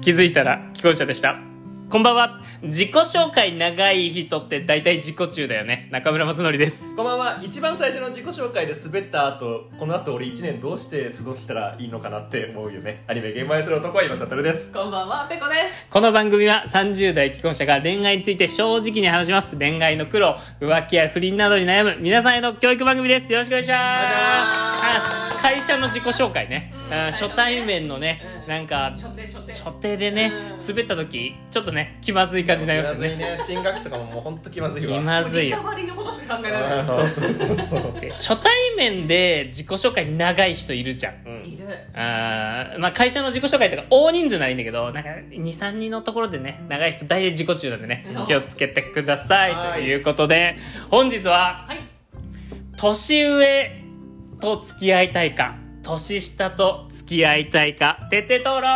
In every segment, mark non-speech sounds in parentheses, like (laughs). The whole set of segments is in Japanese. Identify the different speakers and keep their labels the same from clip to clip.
Speaker 1: 気づいたら既婚者でしたこんばんは自己紹介長い人って大体自己中だよね中村正則です
Speaker 2: こんばんは一番最初の自己紹介で滑った後この後俺1年どうして過ごしたらいいのかなって思うよねアニメ「ゲーム愛する男」は今悟です
Speaker 3: こんばんは、ペコです。
Speaker 1: この番組は30代既婚者が恋愛について正直に話します恋愛の苦労浮気や不倫などに悩む皆さんへの教育番組ですよろしくお願いしますあ会社の自己紹介ね、
Speaker 3: うん
Speaker 1: あ初対面のね、
Speaker 3: うん
Speaker 1: なんか
Speaker 3: 初手初手。
Speaker 1: 初手でね
Speaker 3: うん
Speaker 1: 滑った時ちょっとね気まずい感じになりますよね
Speaker 2: 気まずいね新学期とかももうほんと気まず
Speaker 1: 気
Speaker 2: いわ
Speaker 1: まずいよ
Speaker 3: リカバリーのことしか考えられ
Speaker 2: あー
Speaker 3: ない。
Speaker 2: そうそうそうそう
Speaker 1: で初対面で自己紹介長い人いるじゃん
Speaker 2: う
Speaker 3: い
Speaker 2: ん
Speaker 3: る。
Speaker 1: あーまあ会社の自己紹介とか大人数ならいいんだけどなんか23人のところでね長い人大体自己中なんでね
Speaker 3: そう
Speaker 1: 気をつけてください
Speaker 2: は
Speaker 1: と
Speaker 2: い
Speaker 1: いうことで本日は
Speaker 3: はい。
Speaker 1: 年上と付き合いたいか年下と付き合いたいかててとろ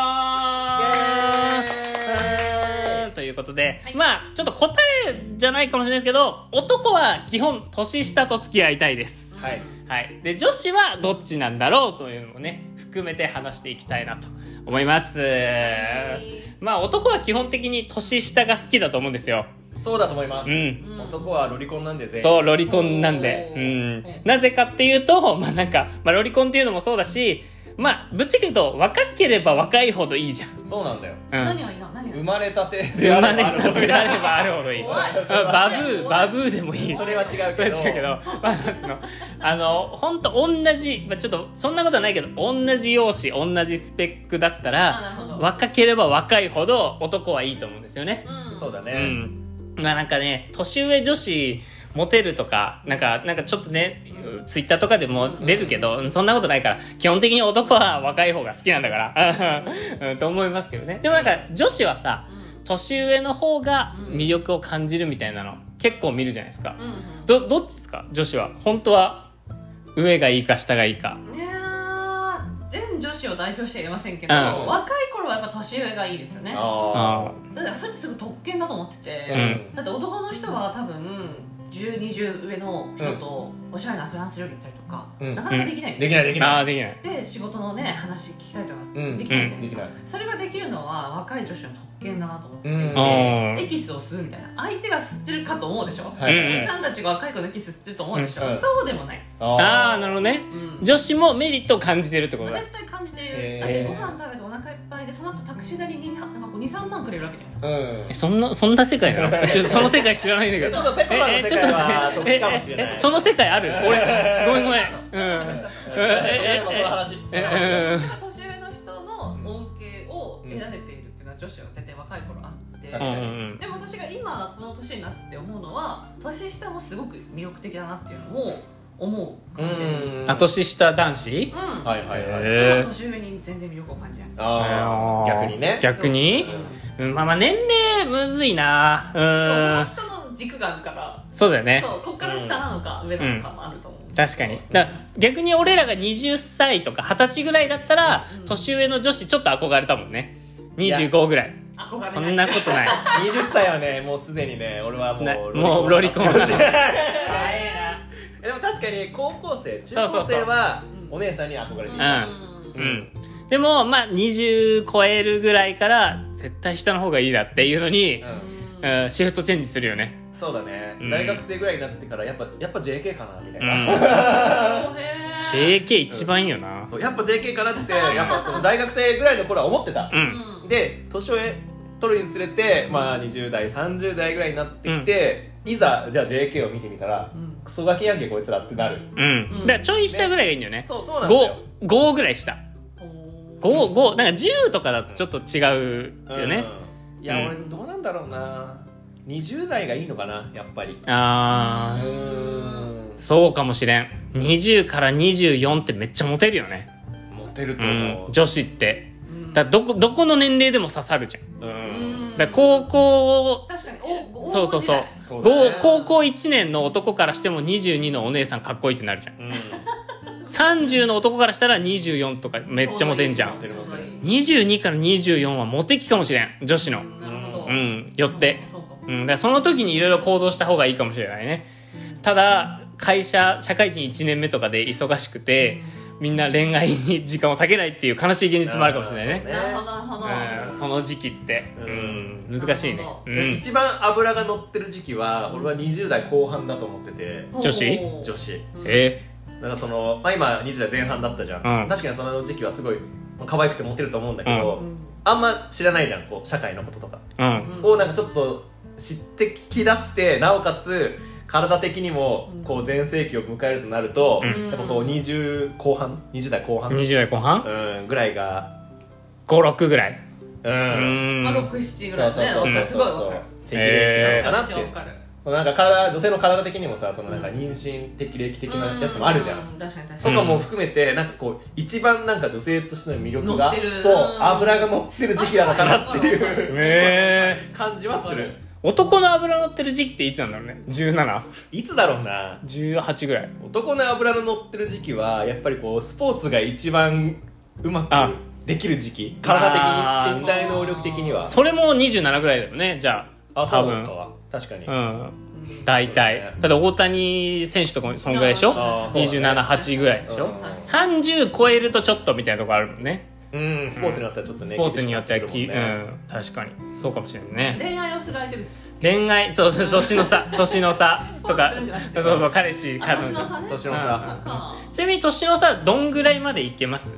Speaker 1: ーんということで、
Speaker 3: はい
Speaker 1: まあちょっと答えじゃないかもしれないですけど男は基本年下と付き合いたいです
Speaker 2: はい
Speaker 1: はい、で女子はどっちなんだろうというのもね含めて話していきたいなと思います、
Speaker 3: い
Speaker 1: まあ男は基本的に年下が好きだと思うんですよ
Speaker 2: そうだと思います、
Speaker 1: うん
Speaker 3: うん
Speaker 2: 男はロリコンなんで全員
Speaker 1: そうロリコンなんで
Speaker 3: お
Speaker 1: う
Speaker 3: ー
Speaker 1: んなぜかっていうと (laughs) まあなんか、まあ、ロリコンっていうのもそうだしまあぶっちゃけ言うと若ければ若いほどいいじゃん、
Speaker 2: そうなんだよ
Speaker 1: うん、
Speaker 3: 何がいいの何がい
Speaker 2: 生
Speaker 3: いの
Speaker 2: まれたてで
Speaker 1: 生
Speaker 2: あ
Speaker 1: ま
Speaker 2: れ
Speaker 1: れ
Speaker 2: ば
Speaker 1: た
Speaker 2: あるほど
Speaker 1: てであればあるほどいい
Speaker 3: 怖い
Speaker 1: バブーバブーでもいい
Speaker 2: それは違う
Speaker 1: そ
Speaker 2: け
Speaker 1: れ
Speaker 2: ど
Speaker 1: 違うけど、まあ、なんつうの、あの、ほんと同じ、まあ、ちょっと、そんなことはないけど、同じ容姿、同じスペックだった
Speaker 3: あな
Speaker 1: ら、
Speaker 3: るほど。
Speaker 1: 若ければ若いほど男はいいと思うんですよね。
Speaker 3: うん
Speaker 2: そうだ
Speaker 1: う
Speaker 2: ね、
Speaker 1: ん。まあなんかね、年上女子、モテるとか、なんか、なんかちょっとね、ツイッターとかでも出るけど、うんそんなことないから、基本的に男は若い方が好きなんだから、 (laughs) うん、と思いますけどね。でもなんか、女子はさ、
Speaker 3: う
Speaker 1: 年上の方が魅力を感じるみたいなの、結構見るじゃないですか。
Speaker 3: ん。うん
Speaker 1: どどっちですか女子は本当は上がいいか下がいいか
Speaker 3: うん。いやー全女子を代表して言えませんけど、
Speaker 1: うん
Speaker 3: 若い頃はやっぱ年上がいいですよね。だ
Speaker 2: あ
Speaker 3: ってそれってすごい特権だと思ってて、
Speaker 2: ー
Speaker 1: うん
Speaker 3: だって男の人は多分10、20上の人とおしゃれなフランス料理行ったりとか、
Speaker 2: うん
Speaker 3: なかなかできないんですよ
Speaker 2: できないでき
Speaker 1: ああ
Speaker 2: な
Speaker 1: ー
Speaker 2: い
Speaker 1: できない
Speaker 3: で仕事のね話聞きたいとか
Speaker 2: うん
Speaker 3: できないじゃな
Speaker 2: で
Speaker 3: いです
Speaker 2: き
Speaker 3: か、
Speaker 2: ない
Speaker 3: それができるのは若い女子の特権だなと思っていて、
Speaker 2: うん
Speaker 1: あー
Speaker 3: エキスを吸うみたいな相手が吸ってるかと思うでしょ、
Speaker 2: はい
Speaker 1: うん
Speaker 3: おじさんたちが若い子のエキス吸ってると思うでしょ、
Speaker 2: うん
Speaker 3: そうでもない、
Speaker 1: ああなるほどね
Speaker 3: うん
Speaker 1: 女子もメリットを感じてるってことだ
Speaker 3: 絶対感じている、
Speaker 2: へー
Speaker 3: だってご飯食べてお腹いっぱいでその後タクシー代に23万くれるわけじゃないですか
Speaker 2: うん
Speaker 1: えそんなそんな世界な
Speaker 2: (laughs)
Speaker 1: のちょっとその世界知らないんだけ
Speaker 2: ち
Speaker 1: ど
Speaker 2: (laughs) ょっとペコさんの世界は
Speaker 1: え
Speaker 2: 特
Speaker 1: え
Speaker 2: 殊かもしれ
Speaker 1: え
Speaker 2: ない
Speaker 1: えその世界ある俺ごめんごめんうん
Speaker 2: ええその話
Speaker 1: え
Speaker 3: だから年上の人の恩恵を得られているっていうのは女子は絶対若い頃あって、
Speaker 2: 確
Speaker 1: う
Speaker 2: か
Speaker 1: ん
Speaker 2: に
Speaker 1: うん
Speaker 3: でも私が今この年になって思うのは年下もすごく魅力的だなっていうのを思う感じるうん
Speaker 1: うんあ年下男子
Speaker 3: は
Speaker 2: はいはいはい
Speaker 1: え
Speaker 3: 年上に全然魅力を感じない
Speaker 2: あー逆にね
Speaker 1: 逆に
Speaker 3: そう
Speaker 1: うんまあまあ年齢むずいなうん
Speaker 3: その人の軸があるから
Speaker 1: そうだよね
Speaker 3: そうこっから下なのか上なのかもあると思う
Speaker 1: 確かにだから逆に俺らが20歳とか20歳ぐらいだったら、
Speaker 3: うん
Speaker 1: 年上の女子ちょっと憧れたもんね25ぐらい
Speaker 3: 憧れない
Speaker 1: そんなことない
Speaker 2: 20歳はねもうすでにね俺はも
Speaker 1: な
Speaker 2: う
Speaker 1: もうロリコン
Speaker 3: 早いな
Speaker 2: でも確かに高校生中
Speaker 1: そうそう
Speaker 2: 高
Speaker 1: そう
Speaker 2: 生はお姉さんに憧れている
Speaker 1: うんでもまあ20超えるぐらいから絶対下の方がいいなっていうのに
Speaker 2: う、ん
Speaker 3: う
Speaker 1: う
Speaker 3: ん
Speaker 1: んシフトチェンジするよね
Speaker 2: そうだね
Speaker 1: うん
Speaker 2: 大学生ぐらいになってからやっぱやっぱ JK かなみたいうなん
Speaker 3: へー
Speaker 1: JK 一番いいよな
Speaker 2: そうやっぱ JK かなってやっぱその大学生ぐらいの頃は思ってた
Speaker 1: う
Speaker 3: うん
Speaker 1: ん
Speaker 2: で年を取るにつれてまあ20代30代ぐらいになってきていざじゃあ JK を見てみたら
Speaker 3: うん
Speaker 2: クソガキやんけこいつらってなる
Speaker 1: うん、
Speaker 3: うん
Speaker 1: だからちょい下ぐらいがいいんだよね
Speaker 2: そうそうなんだよ
Speaker 1: 5 5ぐらい下
Speaker 3: おー
Speaker 1: 55なんか10とかだとちょっと違うよね、
Speaker 2: うんいや、
Speaker 1: うん
Speaker 2: 俺どうなんだろうな20代がいいのかなやっぱり
Speaker 1: ああ
Speaker 2: う
Speaker 3: う
Speaker 2: ーん
Speaker 3: ー
Speaker 1: そうかもしれん20から24ってめっちゃモテるよね、
Speaker 2: モテると
Speaker 1: う
Speaker 2: 思
Speaker 1: ん
Speaker 2: う、、
Speaker 1: 女子って
Speaker 3: うん
Speaker 1: だからどこどこの年齢でも刺さるじゃん
Speaker 2: うん
Speaker 3: うん
Speaker 1: だから高校
Speaker 3: 確かにお
Speaker 1: そうそうそう
Speaker 2: そうだ
Speaker 1: ご
Speaker 2: ね
Speaker 1: 高校1年の男からしても22のお姉さんかっこいいってなるじゃん
Speaker 2: うん
Speaker 1: 30の男からしたら24とかめっちゃモテんじゃ
Speaker 2: モ
Speaker 1: ん
Speaker 2: テるモテる
Speaker 1: 22から24はモテ期かもしれん女子の
Speaker 3: なるほど
Speaker 1: うんよって
Speaker 3: そうかも
Speaker 1: うん、だからその時にいろいろ行動した方がいいかもしれないね。ただ、会社、社会人1年目とかで忙しくて、みんな恋愛に時間を割けないっていう悲しい現実もあるかもしれないね
Speaker 3: なるほどなるほど、
Speaker 1: うん、その時期って、
Speaker 2: う
Speaker 1: うん
Speaker 2: ん、
Speaker 1: 難しいね、う
Speaker 3: う
Speaker 2: で
Speaker 1: ん、
Speaker 2: 一番脂が乗ってる時期は俺は20代後半だと思ってて
Speaker 1: 女子
Speaker 3: おー
Speaker 2: 女子
Speaker 3: うん
Speaker 1: え
Speaker 2: だからその、まあ、今20代前半だったじゃん、
Speaker 1: うん
Speaker 2: 確かにその時期はすごい可愛くてモテると思うんだけど、
Speaker 3: うん
Speaker 2: あんま知らないじゃんこう社会のこととか、
Speaker 1: うん
Speaker 2: をなんかちょっと知って聞き出してなおかつ体的にも
Speaker 3: うん
Speaker 2: こう全盛期を迎えるとなると、
Speaker 1: うん
Speaker 2: やっぱこう20後半20代後半、うん
Speaker 1: 20代後半
Speaker 2: ぐらいが
Speaker 1: 56ぐらい
Speaker 2: うん、
Speaker 1: うん
Speaker 3: まあ、6,7ぐ
Speaker 2: そ
Speaker 3: ら
Speaker 2: う
Speaker 3: い
Speaker 2: そう
Speaker 3: ね
Speaker 2: そうそう
Speaker 3: すごいわかる
Speaker 2: 適齢期なのかなって
Speaker 3: めちゃめちゃわかる
Speaker 2: なんか体女性の体的にもさそのなんか妊娠適齢期的なやつもあるじゃん、
Speaker 3: う確かに確
Speaker 2: と
Speaker 3: かに
Speaker 2: かも含めてなんかこう一番なんか女性としての魅力
Speaker 3: 乗っ
Speaker 2: が
Speaker 3: てる
Speaker 2: そう
Speaker 3: うん
Speaker 2: 脂が乗ってる時期なのかなっていう
Speaker 1: え
Speaker 2: 感じはする
Speaker 1: 男の油乗ってる時期っていつなんだろうね
Speaker 2: いつだろうな
Speaker 1: 1718ぐらい
Speaker 2: 男の脂の乗ってる時期はやっぱりこうスポーツが一番うま
Speaker 1: あ
Speaker 2: くできる時期
Speaker 1: あ
Speaker 2: 体
Speaker 1: ー
Speaker 2: 的に身体能力的には
Speaker 1: それも27ぐらいだよねじゃあ
Speaker 2: あそうだったわ確かに、
Speaker 1: 多
Speaker 2: あ
Speaker 1: 分うん大体だって大谷選手とかもそんぐらいでしょ
Speaker 2: あーそうだね
Speaker 1: 278ぐらいでしょ30超えるとちょっとみたいなとこあるもんね
Speaker 2: うんスポーツになったらちょっとね
Speaker 1: スポーツによってはき、
Speaker 2: 厳し
Speaker 1: う
Speaker 2: くなってくるもんね
Speaker 1: ん確かにそうかもしれないね
Speaker 3: 恋愛をする相手です
Speaker 1: 恋愛そうそう年の
Speaker 3: (laughs)
Speaker 1: 差年の差とか
Speaker 3: そうするんじゃない
Speaker 1: そうそう彼氏
Speaker 3: あ
Speaker 1: 彼
Speaker 3: 年の
Speaker 1: 女
Speaker 3: 差ね
Speaker 2: 年の差
Speaker 3: あ
Speaker 1: ちなみに年の差どんぐらいまでいけます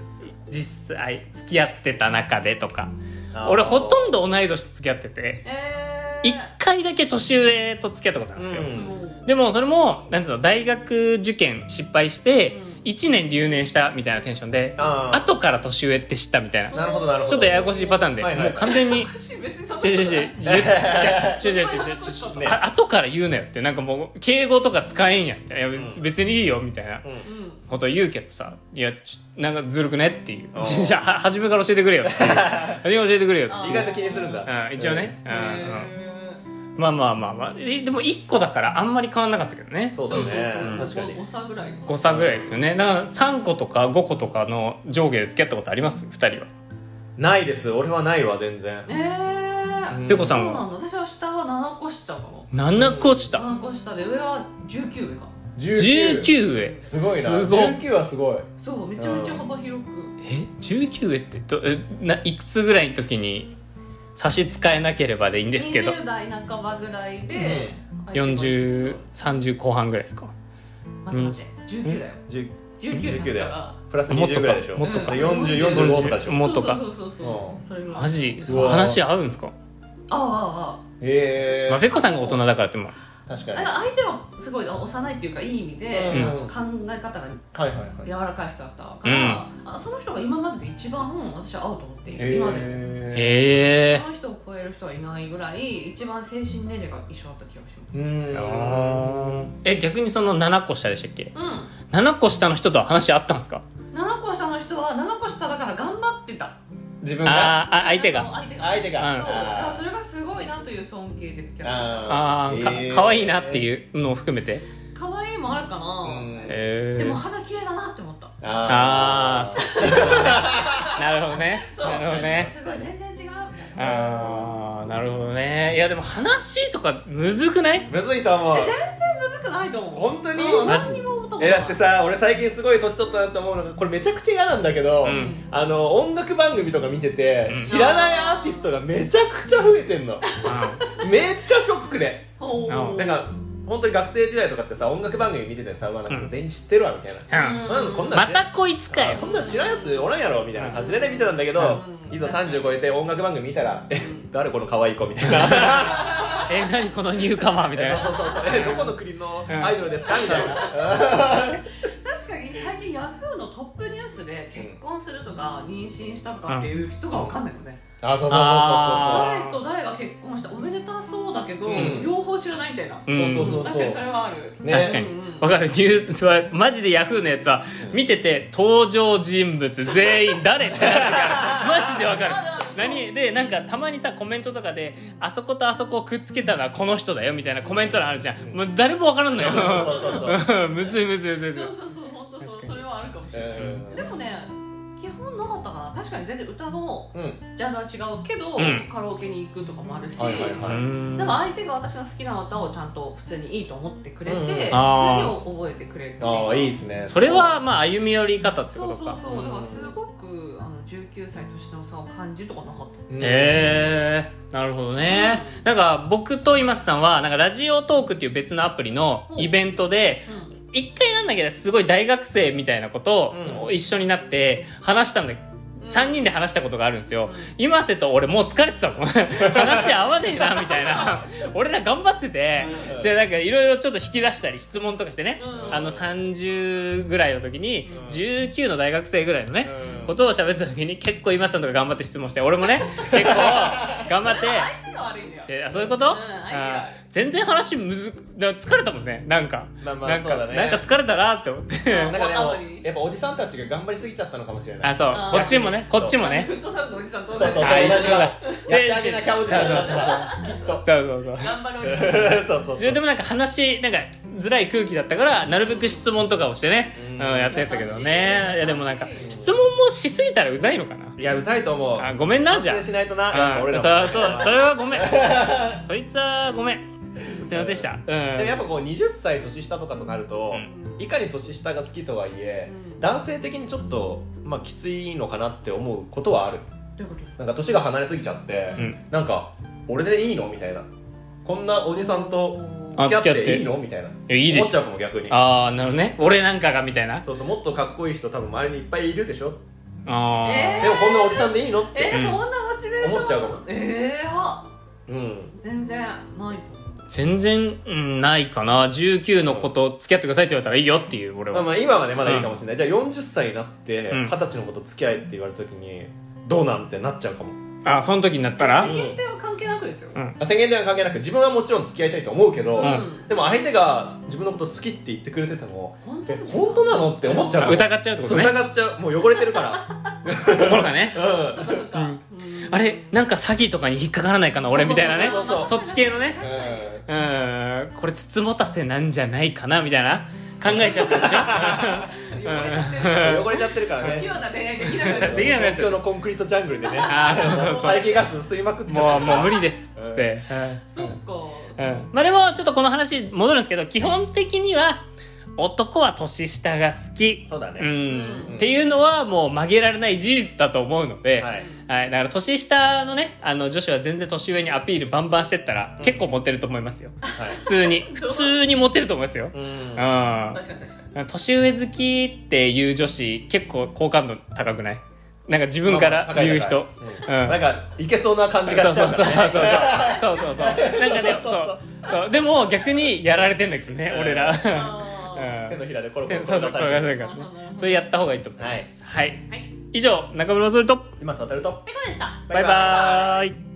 Speaker 1: 実際付き合ってた中でとか
Speaker 2: あー
Speaker 1: 俺ほとんど同い年と付き合ってて
Speaker 3: えー
Speaker 1: 一回だけ年上と付き合ったことあるんですよ、
Speaker 2: うん
Speaker 1: でもそれもなんつうの大学受験失敗して
Speaker 3: うん
Speaker 1: 1年留年したみたいなテンションで、
Speaker 2: あー
Speaker 1: 後から年上って知ったみたいな
Speaker 2: なるほどなるほど
Speaker 1: ちょっとややこしいパターンで、
Speaker 2: はいはいはい
Speaker 1: もう完全に
Speaker 3: 私別にそんなこと
Speaker 1: 違う違
Speaker 3: な
Speaker 1: う違う言
Speaker 3: い
Speaker 1: っちゃう違う違う違う違うちょ
Speaker 2: ね
Speaker 1: あ後から言うなよってなんかもう敬語とか使えんやんみたいないや
Speaker 2: うん
Speaker 1: 別にいいよみたいな
Speaker 3: うん
Speaker 1: こと言うけどさいやちょなんかずるくねっていう
Speaker 2: あー
Speaker 1: じゃあは初めから教えてくれよっていう初めから教えてくれよって
Speaker 3: あ
Speaker 1: い
Speaker 2: 意
Speaker 1: う
Speaker 2: 外と気にするんだ、
Speaker 1: うん一応ねうんうん
Speaker 3: へ
Speaker 1: まあまあまあまあえでも1個だからあんまり変わんなかったけどね
Speaker 2: そうだ
Speaker 3: ー
Speaker 2: ね、
Speaker 1: うん
Speaker 2: 確かに
Speaker 3: 誤差ぐらい
Speaker 1: 5差ぐらいですよねだから3個とか5個とかの上下で付き合ったことあります2人は
Speaker 2: ないです俺はないわ全然
Speaker 3: えー
Speaker 2: うん
Speaker 1: ペコさ
Speaker 3: そうんな
Speaker 1: は
Speaker 3: の私は下は7個下かも
Speaker 1: 7個下
Speaker 3: 7個下で上は19上か
Speaker 1: 19上
Speaker 2: すごいな
Speaker 1: すごい
Speaker 2: 19はすごい
Speaker 3: そうめちゃめちゃ幅広く
Speaker 1: え19上ってどえないくつぐらいの時に差し支えなければでいいんですけど
Speaker 3: 20代半ばぐらいで、
Speaker 1: 4030後半ぐらいですか
Speaker 3: 待って待って19だよ
Speaker 2: 10
Speaker 3: 19
Speaker 2: 19
Speaker 3: だ
Speaker 2: だ
Speaker 3: よ
Speaker 2: よプラス
Speaker 1: もっとか
Speaker 2: 20ぐらいでしょ
Speaker 1: もっと
Speaker 3: か
Speaker 2: 4045とかでしょ
Speaker 1: もっとか
Speaker 3: そうそうそうそうそれぐらい
Speaker 1: マジ
Speaker 2: うわ
Speaker 1: 話合うんですか、
Speaker 3: ああ
Speaker 2: え
Speaker 1: まあ、ペコさんが大人だからっても
Speaker 2: 確
Speaker 3: ああ
Speaker 2: か
Speaker 3: あ
Speaker 2: に
Speaker 3: あ相手はすごい幼いっていうかいい意味で、
Speaker 2: うん
Speaker 3: 考え方が
Speaker 2: はいはい
Speaker 3: 柔
Speaker 2: はい
Speaker 3: らかい人だったから、あその人が今までで一番私は合うと思っている、今まで
Speaker 2: え
Speaker 1: え
Speaker 3: その人を超える人はいないぐらい一番精神年齢が一緒だった気がします
Speaker 2: え
Speaker 1: え
Speaker 2: ー、
Speaker 1: え逆にその7個下でしたっけ
Speaker 3: うん
Speaker 1: 7個下の人とは話あったんですか
Speaker 3: 7個下の人は7個下だから頑張ってた
Speaker 2: 自分が
Speaker 1: あーあ相手が
Speaker 3: 相手が
Speaker 2: 相手が、
Speaker 1: うん
Speaker 3: そうだから
Speaker 2: あ
Speaker 3: それがすごいなという尊敬で付き合っ
Speaker 1: あ
Speaker 2: あ
Speaker 1: ー
Speaker 2: ー
Speaker 1: か
Speaker 2: えー
Speaker 1: 可愛いなっていうのを含めて
Speaker 3: た可愛いもあるか
Speaker 2: う
Speaker 3: な、
Speaker 2: ん
Speaker 1: え
Speaker 3: でも
Speaker 1: ー、
Speaker 3: 肌綺麗だなって思った
Speaker 1: ああ
Speaker 2: あ
Speaker 1: そ
Speaker 2: ー
Speaker 1: っちなるほどねなるほどね
Speaker 3: すごい全然違うみたいな
Speaker 1: ああなるほどねいやでも話とかむずくない
Speaker 2: むずいと思う
Speaker 3: むずくないと思う
Speaker 2: 本当に
Speaker 3: うん
Speaker 1: マジ
Speaker 3: 何にも思ったことない
Speaker 2: えだってさ俺最近すごい年取ったなと思うのがこれめちゃくちゃ嫌なんだけど、
Speaker 1: うん
Speaker 2: あの音楽番組とか見てて、
Speaker 1: うん
Speaker 2: 知らないアーティストがめちゃくちゃ増えてんのめっちゃショックで
Speaker 3: おー
Speaker 1: うん
Speaker 2: なんか本当に学生時代とかってさ音楽番組見ててさ、まあ、なん
Speaker 1: うん
Speaker 2: か全員知ってるわみたいな、
Speaker 1: うん
Speaker 3: うん
Speaker 2: なんかこんなん
Speaker 1: ま
Speaker 2: 知ら
Speaker 1: たこいつかよ
Speaker 2: こんなん知らんやつおらんやろみたいな感じでね見てたんだけど、
Speaker 3: うん
Speaker 2: いざ30超えて音楽番組見たら「え
Speaker 3: ん
Speaker 2: 誰この可愛い子」みたいな
Speaker 1: え何このニューカマーみたい
Speaker 2: そう
Speaker 1: な
Speaker 2: そうそう「えどこの国のアイドルですか?」みたいな
Speaker 3: 確かに最近ヤフーのトップニュースで結婚するとか妊娠したとかっていう人が分かんないよね
Speaker 2: あそうそうそうそうそう
Speaker 1: あ
Speaker 3: 誰と誰が結婚したおめでたそうだけど、
Speaker 2: うん
Speaker 3: 両方知らないみたいな、
Speaker 1: うん
Speaker 2: そうそうそう
Speaker 3: 確
Speaker 2: そ
Speaker 3: か
Speaker 2: う
Speaker 3: にそれはある、
Speaker 2: ね
Speaker 1: 確かにわかるニュース (laughs) はマジでヤフーのやつは見てて登場人物全員誰 (laughs) ってなるからマジでわかる何でなんかたまにさコメントとかであそことあそこをくっつけたのはこの人だよみたいなコメント欄あるじゃんもう誰もわからんのよ
Speaker 2: そうそうそうそ
Speaker 1: (laughs)
Speaker 2: う
Speaker 1: むずいむずいむずいむずい
Speaker 3: そ
Speaker 1: う
Speaker 3: そうそう本当そう
Speaker 1: 確かに
Speaker 3: それはあるかもしれない、
Speaker 2: うん
Speaker 3: でもね基基本なかったかな確かに全然歌の
Speaker 2: うん
Speaker 3: ジャンルは違うけど、
Speaker 1: うん
Speaker 3: カラオケに行くとかもあるし、
Speaker 2: はいはいはい
Speaker 1: うん
Speaker 3: でも相手が私の好きな歌をちゃんと普通にいいと思ってくれて、
Speaker 2: うん
Speaker 3: 普通に
Speaker 1: あ
Speaker 3: 覚えてくれる
Speaker 2: ああいいですね
Speaker 1: それはまあ歩み寄り方ってこ
Speaker 3: そう
Speaker 1: と
Speaker 3: そう
Speaker 1: か
Speaker 3: そうだか
Speaker 2: う
Speaker 3: ら
Speaker 2: ん
Speaker 3: すごくあの19歳年の差を感じるとかなかった
Speaker 2: うん
Speaker 1: へえなるほどね、なんか僕と今津さんはなんかラジオトークっていう別のアプリのイベントで
Speaker 3: うん
Speaker 1: 一回なんだけどすごい大学生みたいなことを一緒になって話したんだ3人で話したことがあるんですよ今瀬と俺もう疲れてたもん
Speaker 2: (laughs)
Speaker 1: 話合わねえなみたいな俺ら頑張ってて
Speaker 2: うん
Speaker 1: じゃあなんかいろいろちょっと引き出したり質問とかしてね
Speaker 3: うん
Speaker 1: あの30ぐらいの時に
Speaker 2: うん
Speaker 1: 19の大学生ぐらいのね
Speaker 2: うん
Speaker 1: ことを喋ってた時に結構今瀬さんとか頑張って質問して俺も
Speaker 3: (laughs)
Speaker 1: ね結構頑張って。
Speaker 3: 相手が悪いんだよ
Speaker 1: じゃあそういうこと、
Speaker 3: うん相手
Speaker 1: あ
Speaker 3: が
Speaker 1: ー全然話むずだから疲れたもんねなんか、
Speaker 2: まあまあ
Speaker 1: なんか
Speaker 2: そうだね
Speaker 1: なんか疲れたなって思って
Speaker 2: なんかで
Speaker 3: わ
Speaker 2: も
Speaker 3: かんない
Speaker 2: やっぱおじさんたちが頑張りすぎちゃったのかもしれない
Speaker 1: あそう
Speaker 3: あー
Speaker 1: こっちもねこっちもね
Speaker 3: フットサルのおじさんと
Speaker 2: そう
Speaker 3: 同
Speaker 2: そう
Speaker 3: じ
Speaker 2: そう
Speaker 1: あ一緒だ
Speaker 2: やってあげなきゃおじさんだきっと
Speaker 1: そうそうそう
Speaker 3: 頑張るおじさ
Speaker 2: (laughs) そ
Speaker 3: ん
Speaker 2: うそ
Speaker 1: そ
Speaker 2: うそう
Speaker 1: れでもなんか話なんかずらい空気だったからなるべく質問とかをしてね、
Speaker 2: う
Speaker 1: うんん、やってたけどね
Speaker 3: 優しい
Speaker 1: いやでもなんか
Speaker 3: 優しい
Speaker 1: 質問もしすぎたらうざいのかない
Speaker 2: やうざいと思う
Speaker 1: あごめんなじゃあ
Speaker 2: 反省しないとなやっぱ
Speaker 1: あ
Speaker 2: 俺らも
Speaker 1: そう (laughs) そうそれはごめんそいつはごめんすいませんでしたうん
Speaker 2: でもやっぱこう20歳年下とかとなると、
Speaker 1: う
Speaker 2: いかに年下が好きとはいえ、
Speaker 3: うん
Speaker 2: 男性的にちょっと、まあ、きついのかなって思うことはある
Speaker 3: どういうこ
Speaker 2: なんか年が離れすぎちゃって、
Speaker 1: うん
Speaker 2: なんか俺でいいのみたいなこんなおじさんと付き合っ
Speaker 1: あ付き合ってて
Speaker 2: いいのみたいない
Speaker 1: やいいでしょ
Speaker 2: 思っちゃうかも逆に
Speaker 1: ああなるほどね俺なんかがみたいな
Speaker 2: そうそうもっとかっこいい人多分周りにいっぱいいるでしょ
Speaker 1: ああ、
Speaker 3: え
Speaker 2: でもこんなおじさんでいいのっ
Speaker 3: とえ
Speaker 2: て、
Speaker 3: ー
Speaker 1: うん
Speaker 3: そんなモチベーション
Speaker 2: 思っちゃうかも
Speaker 3: えー、あ
Speaker 2: うん
Speaker 3: 全然ない
Speaker 1: 全然、うん、ないかな19の子と付き合ってくださいって言われたらいいよっていう俺
Speaker 2: まあ
Speaker 1: は、
Speaker 2: まあ今はねまだいいかもしれない、じゃあ40歳になって
Speaker 1: うん
Speaker 2: 二十歳のこと付き合えって言われた時にどうなんてなっちゃうかも
Speaker 1: あその時になったら
Speaker 3: 世間体は関係なくですよ、
Speaker 1: うん
Speaker 2: 宣言では関係なく自分はもちろん付き合いたいと思うけど、
Speaker 3: うん
Speaker 2: でも相手が自分のこと好きって言ってくれてても
Speaker 3: 本当
Speaker 2: え
Speaker 3: に
Speaker 2: 本当なのって思っちゃう
Speaker 1: 疑っちゃうってこと
Speaker 2: そう
Speaker 1: ね
Speaker 2: 疑っちゃうもう汚れてるから
Speaker 1: 心がね
Speaker 2: うん
Speaker 3: そっかそっか、
Speaker 1: うん
Speaker 3: うん
Speaker 1: あれなんか詐欺とかに引っかからないかな俺
Speaker 2: そう
Speaker 1: み
Speaker 2: そう
Speaker 1: た
Speaker 2: そう
Speaker 1: いなね
Speaker 2: そうそう
Speaker 1: そっち系のね
Speaker 3: 確かに
Speaker 1: うーんこれつつもたせなんじゃないかなみたいな考えちゃったでし
Speaker 2: うん
Speaker 3: 汚れちゃってる
Speaker 2: 汚れちゃってるからね
Speaker 3: 器用な恋愛できなくなっ
Speaker 1: できなくなっちゃう
Speaker 2: 東京のコンクリートジャングルでね
Speaker 1: あーそうそうそう
Speaker 2: 排気ガス吸いまくっ
Speaker 1: ょ
Speaker 2: (laughs) ち
Speaker 1: も
Speaker 2: ゃ
Speaker 1: うもう無理ですっつって、
Speaker 3: そっか
Speaker 1: うん、まあでもちょっとこの話戻るんですけど基本的には男は年下が好き
Speaker 2: そうだね、
Speaker 1: うん
Speaker 2: うん
Speaker 1: っていうのはもう曲げられない事実だと思うので、
Speaker 2: はい
Speaker 1: はい、だから年下のねあの女子は全然年上にアピールバンバンしてったら、結構モテると思いますよ
Speaker 2: はい
Speaker 1: 普通
Speaker 2: (laughs)
Speaker 1: に普通にモテると思いますよ、
Speaker 2: う
Speaker 1: うんん、
Speaker 3: 確かに確かに
Speaker 1: 年上好きっていう女子結構好感度高くないなんか自分から言う人、
Speaker 2: 高い高い
Speaker 1: うん
Speaker 2: なんかいけそうな感じが
Speaker 1: そう
Speaker 2: しち
Speaker 1: そ
Speaker 2: ゃう
Speaker 1: う
Speaker 2: か
Speaker 1: そう
Speaker 2: ら
Speaker 1: そうそうそうそうそうなんかね
Speaker 2: そ
Speaker 1: そうう
Speaker 2: そ
Speaker 1: そううでも逆にやられてんだけどね
Speaker 2: うん
Speaker 1: 俺ら、
Speaker 3: あ
Speaker 1: う
Speaker 2: 手
Speaker 1: ん
Speaker 2: のひらでコロコ
Speaker 1: 手
Speaker 2: ロ
Speaker 1: そうそう転がせ
Speaker 2: れ
Speaker 1: るからねそれやった方がいいと思いますはい、
Speaker 3: ーはい
Speaker 1: 以上中村それと
Speaker 2: 今渡ると
Speaker 3: ペコでした
Speaker 1: バイバーイ